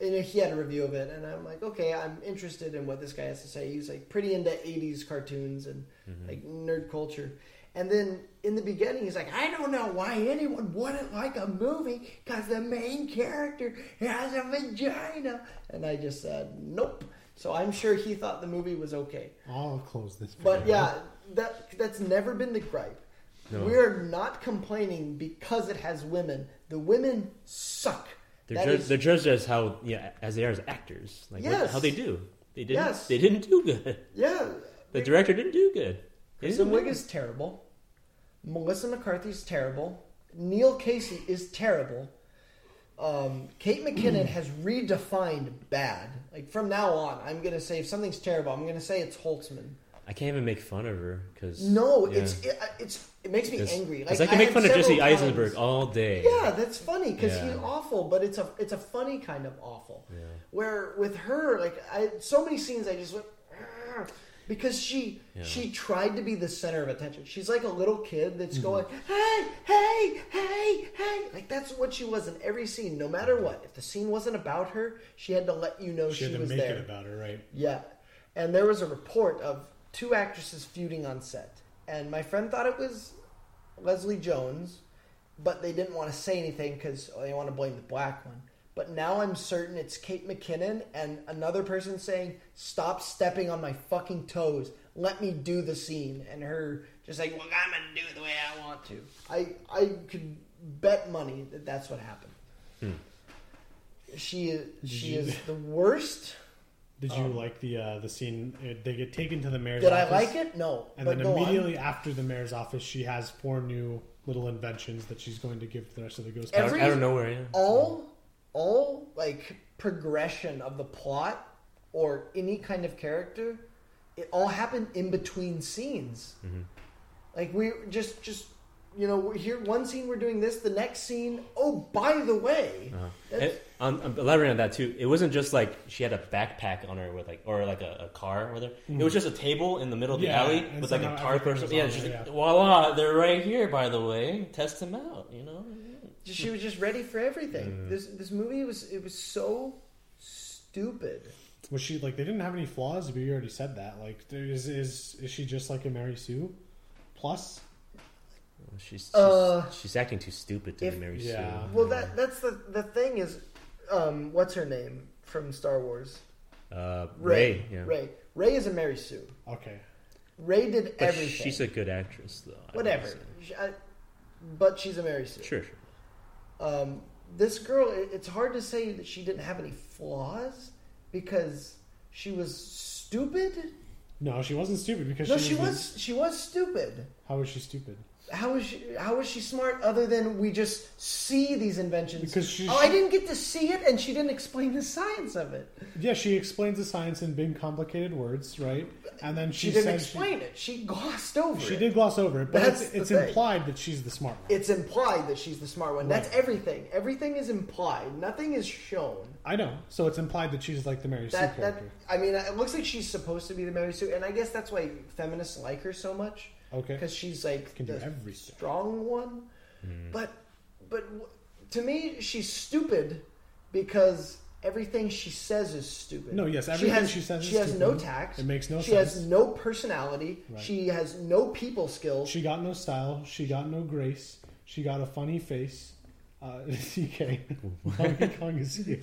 and he had a review of it, and I'm like, okay, I'm interested in what this guy has to say. He's like pretty into '80s cartoons and
Mm-hmm.
like nerd culture. And then in the beginning, he's like, I don't know why anyone wouldn't like a movie because the main character has a vagina. And I just said, nope. So I'm sure he thought the movie was okay.
I'll close this.
But
video.
yeah, that that's never been the gripe.
No.
We are not complaining because it has women. The women suck.
They're
That
judged,
is-
they're judged as how yeah as they are as actors. Like what-
Yes.
how they do. They didn't.
Yes.
They didn't do good. (laughs)
yeah.
The director didn't do good. They
Kristen
didn't do
Wiig is terrible. Melissa McCarthy's terrible. Neil Casey is terrible. Um, Kate
(clears throat)
McKinnon has redefined bad. Like from now on, I'm gonna say if something's terrible, I'm gonna say it's Holtzman.
good. I can't even make fun of her because
No, it's it, it's it makes me angry.
Like, I can make
had
fun of
several
Jesse
times-
Eisenberg all day.
Yeah, that's funny because
Yeah.
he's awful, but it's a it's a funny kind of awful.
Yeah.
Where with her, like I so many scenes, I just went "Argh," because she
Yeah.
she tried to be the center of attention. She's like a little kid that's
Mm-hmm.
going hey hey hey hey, like that's what she was in every scene, no matter what. If the scene wasn't about her, she had to let you know
Mm-hmm. she had
she,
to
was
Oh, make
there.
it about her, right?
Yeah. And there was a report of two actresses feuding on set. And my friend thought it was Leslie Jones, but they didn't want to say anything because they want to blame the black one. But now I'm certain it's Kate McKinnon and another person saying, Stop stepping on my fucking toes. Let me do the scene. And her just like, Well, I'm going to do it the way I want to. I, I could bet money that that's what happened. She, is- she
you-
is the worst.
Did you like the uh, the scene? uh, They get taken to the mayor's.
Oh. Did I
office,
like it? No.
And
but
then
go on.
immediately after the mayor's office, she has four new little inventions that she's going to give to the rest of the Ghostbusters.
I don't, I don't know where. Yeah.
all all like progression of the plot or any kind of character, it all happened in between scenes.
Mm-hmm.
Like we just just you know we're here one scene we're doing this the next scene oh by the way
Uh-huh.
that's-
It- um, um, elaborating on that too, it wasn't just like she had a backpack on her with like, or like a, a car with her. It was just a table in the middle of the
Yeah,
alley
and
with like a
somehow
tarp or
everything was
something. Yeah,
on
she's
there,
like,
yeah.
voila, they're right here. By the way, test them out. You know,
she was just ready for everything
Mm.
this this movie was it was so stupid
Was she like they didn't have any flaws? But you already said that. Like, there is is is she just like a Mary Sue? Plus,
she's she's,
Uh,
she's acting too stupid to
if-
be Mary
yeah.
Sue.
well that that's the the thing is um what's her name from Star Wars
uh, Ray,
Ray
yeah.
Ray Ray is a Mary Sue
okay,
Ray did
But
everything.
she's a good actress though. I would
whatever.
say.
She- I- but she's a Mary Sue.
Sure, sure.
Um, this girl, it, it's hard to say that she didn't have any flaws because she was stupid.
no, she wasn't stupid because
No,
she,
she
the-
was she was stupid.
How was she stupid?
How is she? How is she smart? Other than we just see these inventions.
Because she-
oh, I didn't get to see it, and she didn't explain the science of it.
Yeah, she explains the science in big, complicated words, right? And then
She,
she,
didn't
says
explain it. She glossed over
She,
it.
she did gloss over it, but
That's
it's,
the
it's
thing.
implied that she's the smart one.
It's implied that she's the smart one. That's
Right.
everything. Everything is implied. Nothing is shown.
I know. So it's implied that she's like the Mary Sue
That
character.
that I mean, it looks like she's supposed to be the Mary Sue, and I guess that's why feminists like her so much.
Okay.
because she's like
Can do
the
everything. Hmm.
strong one. But but w- to me, she's stupid because everything she says is stupid.
No, yes, everything
has,
she says
She
is
has
stupid.
no tact.
It makes no
she She has
sense.
no personality.
Right.
She has no people skills.
She got no style. She got no grace. She got a funny face. Uh, (laughs) DK. Donkey Kong is here.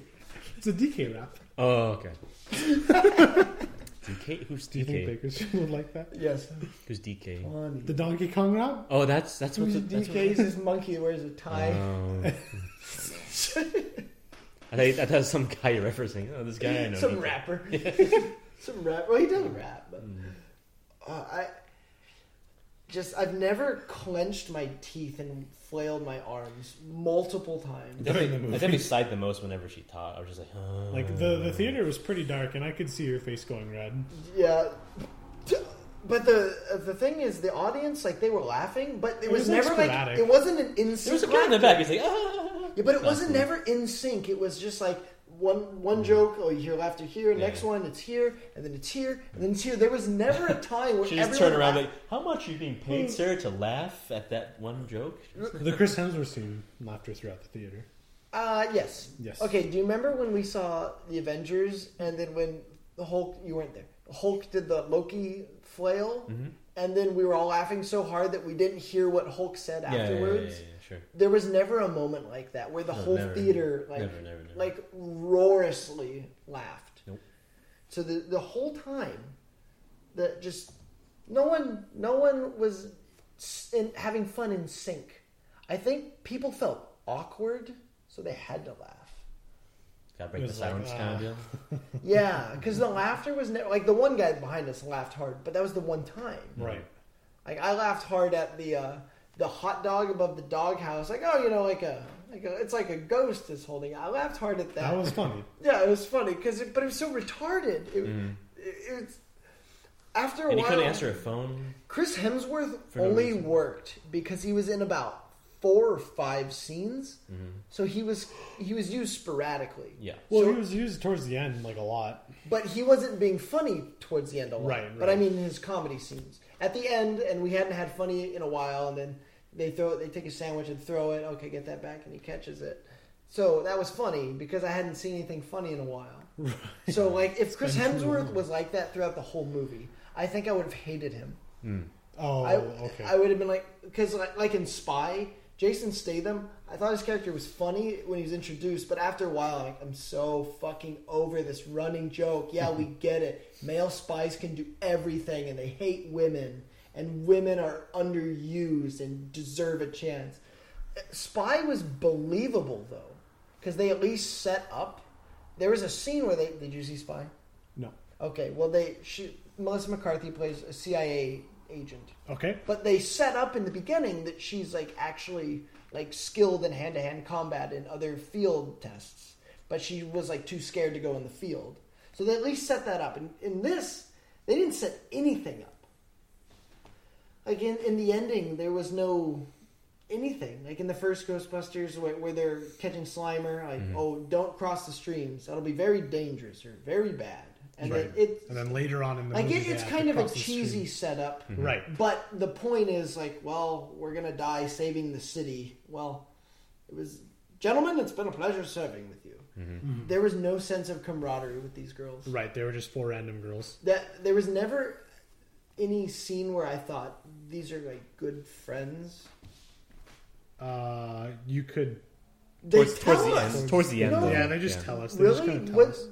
It's a DK rap.
Oh, (laughs) okay. DK? Who's
Do you think
DK?
Baker's (laughs) would like that?
yes,
Who's DK?
funny.
The Donkey Kong rap?
Oh, that's that's what
Who's
the, that's what-
DK is this monkey that wears a tie.
Oh. (laughs) I think that was some guy you're referencing. Oh, this guy I know.
Some
DK.
rapper.
(laughs)
Some rap. Well, he does rap. But,
Mm.
uh, I just I've never clenched my teeth and flailed my arms multiple times.
During the
I definitely, I
movie.
definitely sighed the most whenever she taught. I was just like, huh.
Like the, the theater was pretty dark, and I could see your face going red.
Yeah. D- But the uh, the thing is, the audience like they were laughing, but it,
It
was,
was, like,
never like,
sporadic.
it wasn't an in sync.
There was a guy in the back. He's like, ah.
Yeah, but it
Not
wasn't
cool.
never in sync. It was just like one one joke. Oh, you hear laughter here. Next
yeah.
one, it's here, and then it's here, and then it's here. There was never a time where
(laughs) She just
everyone
turned around
laughed.
like, how much are you being paid, sir, to laugh at that one joke?
The Chris Hemsworth scene laughter throughout the theater.
Uh, yes.
Yes.
Okay. Do you remember when we saw the Avengers, and then when the Hulk? You weren't there. Hulk did the Loki flail,
Mm-hmm.
and then we were all laughing so hard that we didn't hear what Hulk said
Yeah, yeah, yeah,
Mm, afterwards.
yeah, yeah, sure.
There was never a moment like that where the
No,
whole
never.
theater like
Never, never, never.
like roarously laughed.
Nope.
So the the whole time, that just no one no one was s- in, having fun in sync. I think people felt awkward, so they had to
(laughs)
laugh.
Gotta break
It
the
was like,
silence
ah.
kind of deal.
Yeah, because the laughter was never like the one guy behind us laughed hard, but that was the one time.
Right.
Like I laughed hard at the uh, the hot dog above the dog house. Like oh, you know, like a like a, it's like a ghost is holding. it. I laughed hard at that.
That was
(laughs)
funny.
yeah, it was funny because it, but it was so retarded. It, it, it's after a
And he
while.
couldn't answer a phone.
Chris Hemsworth
For no
only
reason.
worked because he was in about four or five scenes, so he was he was used sporadically.
Yeah.
Well,
So-
he was used towards the end like a lot.
But he wasn't being funny towards the end a lot.
Right,
But I
right.
mean his comedy scenes. At the end, and we hadn't had funny in a while, and then they throw they take a sandwich and throw it, okay, get that back, and he catches it. So that was funny because I hadn't seen anything funny in a
(laughs)
while. So like if Chris
been too
Hemsworth
long.
was like that throughout the whole movie, I think I would have hated him.
Oh,
I,
okay.
I would have been like, because like, like in Spy, Jason Statham, I thought his character was funny when he was introduced, but after a while, like, I'm so fucking over this running joke. Yeah,
(laughs)
we get it. Male spies can do everything, and they hate women, and women are underused and deserve a chance. Spy was believable though, because they at least set up. There was a scene where they did you see Spy?
no.
Okay, well they she Melissa McCarthy plays a CIA agent.
Okay.
But they set up in the beginning that she's like actually like skilled in hand to hand combat and other field tests, but she was like too scared to go in the field. So they at least set that up. And in this, they didn't set anything up. Like in, in the ending, there was no anything. Like in the first Ghostbusters, where, where they're catching Slimer, like
Mm-hmm.
oh, don't cross the streams. That'll be very dangerous or very bad. And
Right.
it, it
and then later on in the
like
movie,
it,
they
it's
have
kind
to
of a
cross the street.
cheesy setup.
Mm-hmm.
Right.
But the point is, like, well, we're gonna die saving the city. Well, it was, gentlemen, it's been a pleasure serving with you.
Mm-hmm.
There was no sense of camaraderie with these girls.
Mm-hmm. Right. They were just four random girls.
That there was never any scene where I thought these are like good friends.
Uh, you could.
They
Towards,
tell
towards the
us.
end. Towards the end.
No.
though.
Yeah, they just tell us. They
Really?
just kind of tell
What-
us.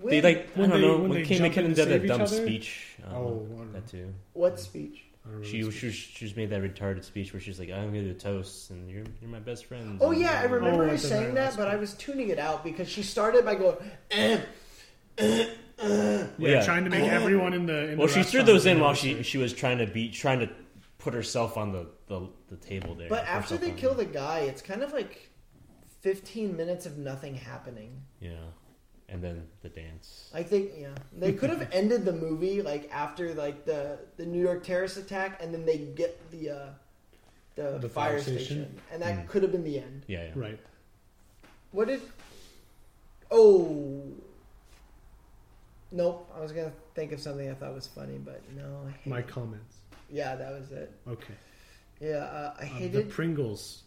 when-
They like
When
I don't
they-
know
when
when,
they
Kate
jump in
McKinnon
to
did that
save
dumb
each other?
speech. Um,
Oh, I don't know.
that too.
what speech?
I don't
She
remember
she she's made that retarded speech where she's like, "I'm gonna do toasts, and you're you're my best friend."
Oh yeah, I remember
Oh,
her
at the
saying
very
that,
last
but I
part.
was tuning it out because she started by going, (clears throat) eh,
Oh,
Yeah, trying to make everyone in the. In
Well,
the
Oh.
she threw
restaurant
those in
do
while
this.
she she was trying to be trying to put herself on the, the, the table there.
But
Put
after
herself
they
on
kill
the,
the guy, it's kind of like 15 minutes of nothing happening.
yeah, and then the dance.
Like they, yeah, they could (laughs) have ended the movie like after like the the New York terrorist attack, and then they get the uh, the,
The
fire
fire
station. Hmm.
station.
and that could have been the end.
Yeah, yeah.
Right.
What did? Oh, nope. I was gonna think of something I thought was funny, but no. I hate
My comments.
yeah, that was it.
Okay.
Yeah, uh, I
Um, the
hated.
Pringles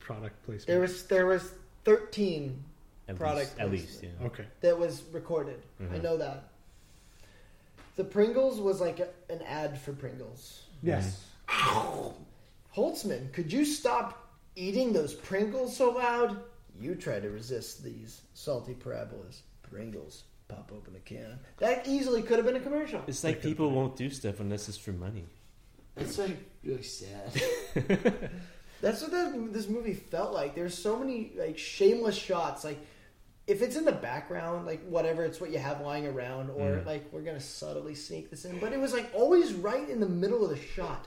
product placement.
there was there was 13
At
Product
least, at least, yeah.
placement.
okay.
that was recorded. I know that. The Pringles was like a, an ad for Pringles.
Yes.
Holtzman, could you stop eating those Pringles so loud? You try to resist these salty parabolas. Pringles, pop open a can. That easily could have been a commercial.
It's like people won't do stuff unless it's for money.
It's like really sad.
That's what that, this movie felt like. There's so many like shameless shots. Like if it's in the background, like whatever, it's what you have lying around, or like we're gonna subtly sneak this in. But it was like always right in the middle of the shot,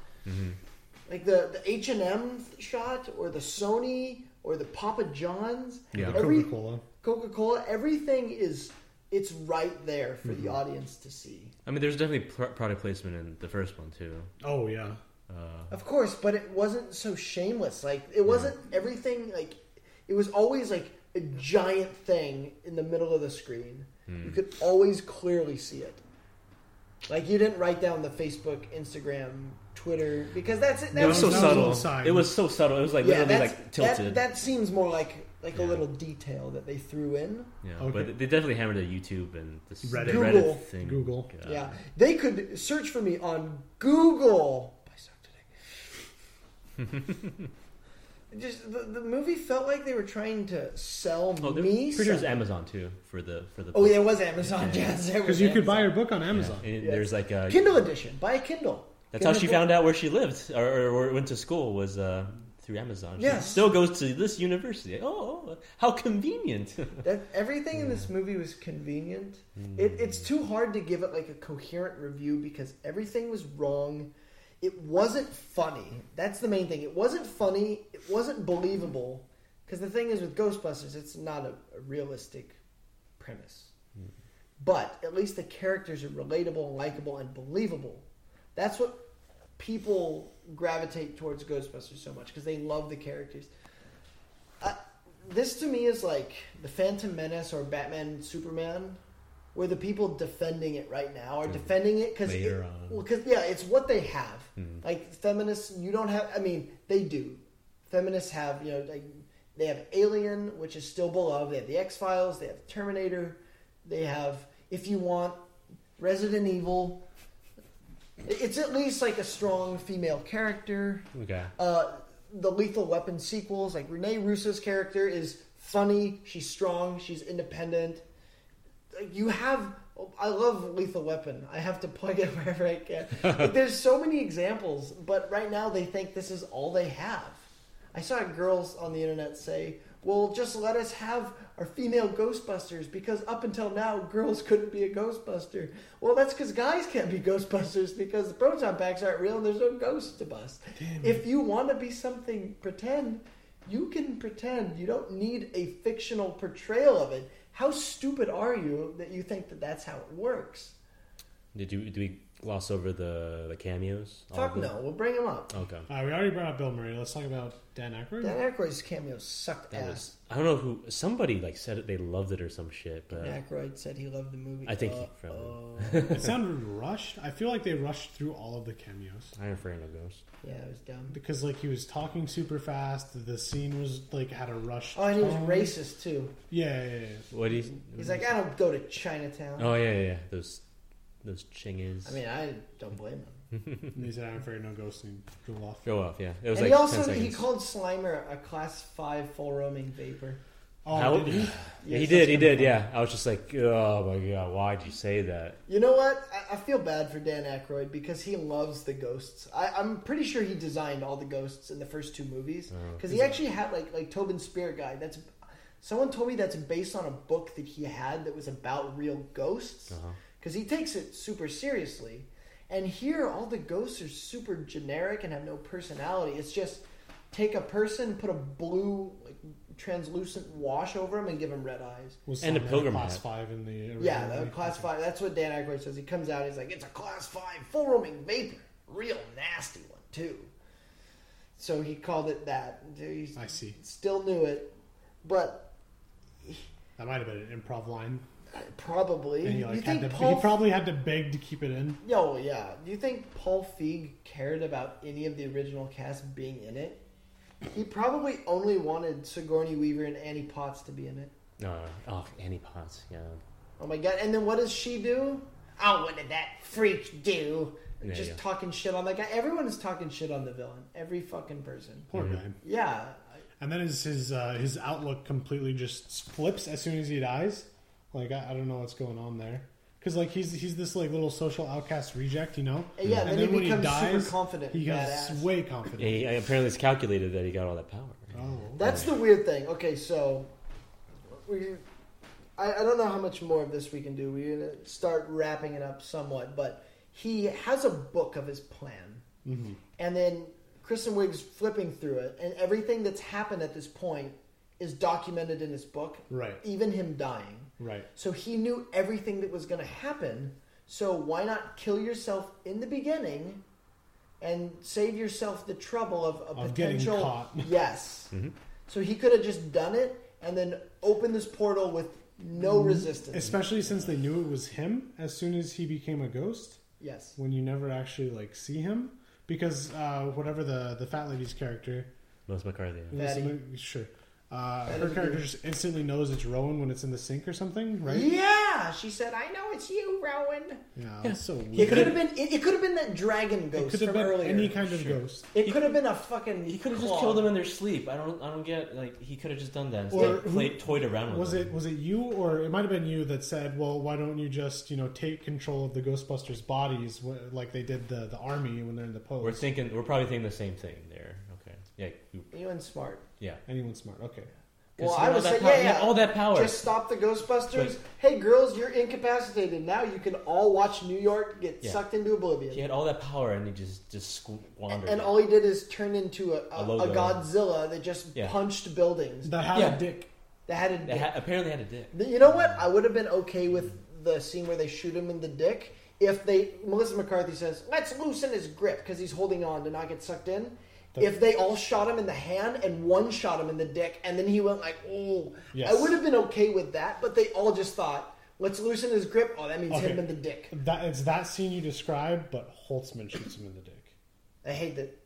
like the the H and M shot, or the Sony, or the Papa John's.
Yeah.
every
Coca Cola.
Coca Cola, everything is it's right there for the audience to see.
I mean, there's definitely pr- product placement in the first one too.
Oh yeah.
Of course, but it wasn't so shameless. Like it wasn't everything. Like it was always like a giant thing in the middle of the screen.
Hmm.
You could always clearly see it. Like you didn't write down the Facebook, Instagram, Twitter because that's it. That
It was so
that was
subtle.
little sign.
It was so subtle. It was like
Yeah,
literally
that's,
like
That,
tilted.
that seems more like like a little detail that they threw in.
yeah,
Okay.
but they definitely hammered the YouTube and this,
Reddit.
the
Google.
Reddit thing.
Google.
God.
Yeah. They could search for me on Google. I suck today. (laughs) Just the, the movie felt like they were trying to sell
Oh, there,
me.
pretty sure it's
something.
Amazon too for the for the.
oh yeah, it was Amazon. (laughs) Yes,
Because you could buy her book on Amazon.
And there's like a
Kindle edition. Buy a Kindle.
That's how she found out where she lived or, or where- went to school was uh, through Amazon. She
Yes.
still goes to this university. Oh, how convenient! (laughs)
That everything in this movie was convenient. It, it's too hard to give it like a coherent review because everything was wrong. It wasn't funny. That's the main thing. It wasn't funny. It wasn't believable. Because the thing is with Ghostbusters, it's not a, a realistic premise. But at least the characters are relatable and likable and believable. That's what people gravitate towards Ghostbusters so much because they love the characters this to me is like the Phantom Menace or Batman Superman, where the people defending it right now are defending it because
Later on. Hmm.
well, 'cause, yeah, it's what they have. Like feminists, you don't have. I mean, they do. Feminists have you know like they have Alien, which is still beloved. They have the X Files. They have Terminator. They have, if you want, Resident Evil. It's at least like a strong female character
Okay,
uh, the Lethal Weapon sequels, like Renee Russo's character is funny, she's strong, she's independent. Like, You have, I love Lethal Weapon. I have to plug it (laughs) wherever I can. Like, there's so many examples, but right now they think this is all they have. I saw girls on the internet say, "Well, just let us have our female Ghostbusters because up until now girls couldn't be a Ghostbuster." Well, that's because guys can't be Ghostbusters because the proton packs aren't real and there's no ghosts to bust. If you want to be something, pretend. You can pretend. You don't need a fictional portrayal of it. How stupid are you that you think that that's how it works?
did you do we gloss over the the cameos? All
Fuck
of them?
no. We'll bring him up.
Okay,
Uh, we already brought up Bill Murray. Let's talk about Dan Aykroyd.
Dan Aykroyd's cameo sucked
That
ass.
was- I don't know who somebody like said it. They loved it or some shit, but
Dan Aykroyd said he loved the movie.
uh, I think he
Uh,
probably-
oh.
it sounded rushed. I feel like they rushed through all of the cameos
I'm afraid of ghosts.
(laughs) yeah, it was dumb.
because like he was talking super fast. The scene was like had a rush.
Oh, and he was
tone.
racist too.
Yeah, yeah, yeah.
What do you?
He's like, I don't go to Chinatown.
Oh yeah, yeah, yeah. those those chingas.
I mean, I don't blame him.
And he said, "I'm afraid no ghost," and drove off.
go off. Yeah, it was
And
like
he
10
also he
seconds.
called Slimer a class five full roaming vapor.
Oh,
How-
did he?
Yeah, he did. He did. Yeah, I was just like, oh my god, why'd you say that?
You know what? I, I feel bad for Dan Aykroyd because he loves the ghosts. I, I'm pretty sure he designed all the ghosts in the first two movies because he actually had like like Tobin's Spirit Guy. That's someone told me that's based on a book that he had that was about real ghosts because he takes it super seriously. And here, all the ghosts are super generic and have no personality. It's just take a person, put a blue like, translucent wash over them, and give them red eyes.
Was
And a
on that
pilgrim
class
hat.
five in the original
Yeah, the
movie.
class five. That's what Dan Aykroyd says. He comes out, he's like, it's a class five full roaming vapor, real nasty one too. So he called it that. He
I see.
Still knew it, but
That might have been an improv line.
probably
And he, like,
you
had
think
to,
Paul
he probably had to beg to keep it in.
Yo, yeah. Do you think Paul Feig cared about any of the original cast being in it? He probably only wanted Sigourney Weaver and Annie Potts to be in it.
Uh, oh, Annie Potts. Yeah.
Oh my god! And then what does she do? Oh, what did that freak do?
Yeah,
Just
yeah.
talking shit on that guy. Everyone is talking shit on the villain. Every fucking person.
Poor guy.
Yeah.
And then his his uh, his outlook completely just flips as soon as he dies. Like I, I don't know what's going on there. Because like he's he's this like little social outcast reject, you know.
And yeah,
And
then,
then
he
when he
becomes
dies,
super confident.
He gets
badass.
way confident.
Yeah, he- apparently, it's calculated that he got all that power.
Oh,
That's the weird thing. Okay, so we, I, I don't know how much more of this we can do. We're gonna start wrapping it up somewhat, but he has a book of his plan,
Mm-hmm.
and then Kristen Wiig's flipping through it, and everything that's happened at this point is documented in his book.
Right.
Even him dying.
Mm-hmm.
right.
So he knew everything that was going to happen. So why not kill yourself in the beginning and save yourself the trouble of a
Of getting
potential
caught.
(laughs) yes.
Mm-hmm.
So he could have just done it and then opened this portal with no
Mm-hmm.
resistance.
Especially since they knew it was him as soon as he became a ghost.
yes.
When you never actually like see him, because uh, whatever the the fat lady's character,
Melissa McCarthy. yeah.
Melissa
Fatty.
Mc- sure, uh,
Fatty
her
McGee.
character just instantly knows it's Rowan when it's in the sink or something, right?
Yeah, she said, "I know it's you, Rowan."
Yeah, it's so
It
weird.
could have been. It, it could have been that dragon
It
ghost
could
from
have been
earlier.
any kind of ghost.
it could have been a fucking.
He could have just
claw.
killed them in their sleep. I don't. I don't get. Like he could have just done that. Instead,
Or who-
played, toyed around with
Was
them.
it was it you or it might have been you that said, "Well, why don't you just you know take control of the Ghostbusters' bodies wh- like they did the the army when they're in the post?"
We're thinking. We're probably thinking the same thing there. Okay. Yeah. you-
Ewan's smart.
Yeah.
Anyone smart? Okay.
'Cause
Well,
he had
I
all
was
that
saying,
power-
yeah,
he had
yeah,
all that power.
Just stop the Ghostbusters. hey, girls, you're incapacitated. Now you can all watch New York get
Yeah.
sucked into oblivion.
He had all that power, and he just just squandered.
and
it.
all he did is turn into a, a,
A logo.
a Godzilla that just
Yeah.
punched buildings.
That had
Yeah.
a dick.
That had a
They
dick.
ha- apparently had a dick.
You know what? I would have been okay with the scene where they shoot him in the dick if they. Melissa McCarthy says, "Let's loosen his grip because he's holding on to not get sucked in." if they all shot him in the hand and one shot him in the dick, and then he went like, "Oh,"
Yes.
I would have been okay with that. But they all just thought, "Let's loosen his grip." Oh, that means
Okay.
him in the dick.
That it's that scene you described, but Holtzman shoots him in the dick.
I hate that.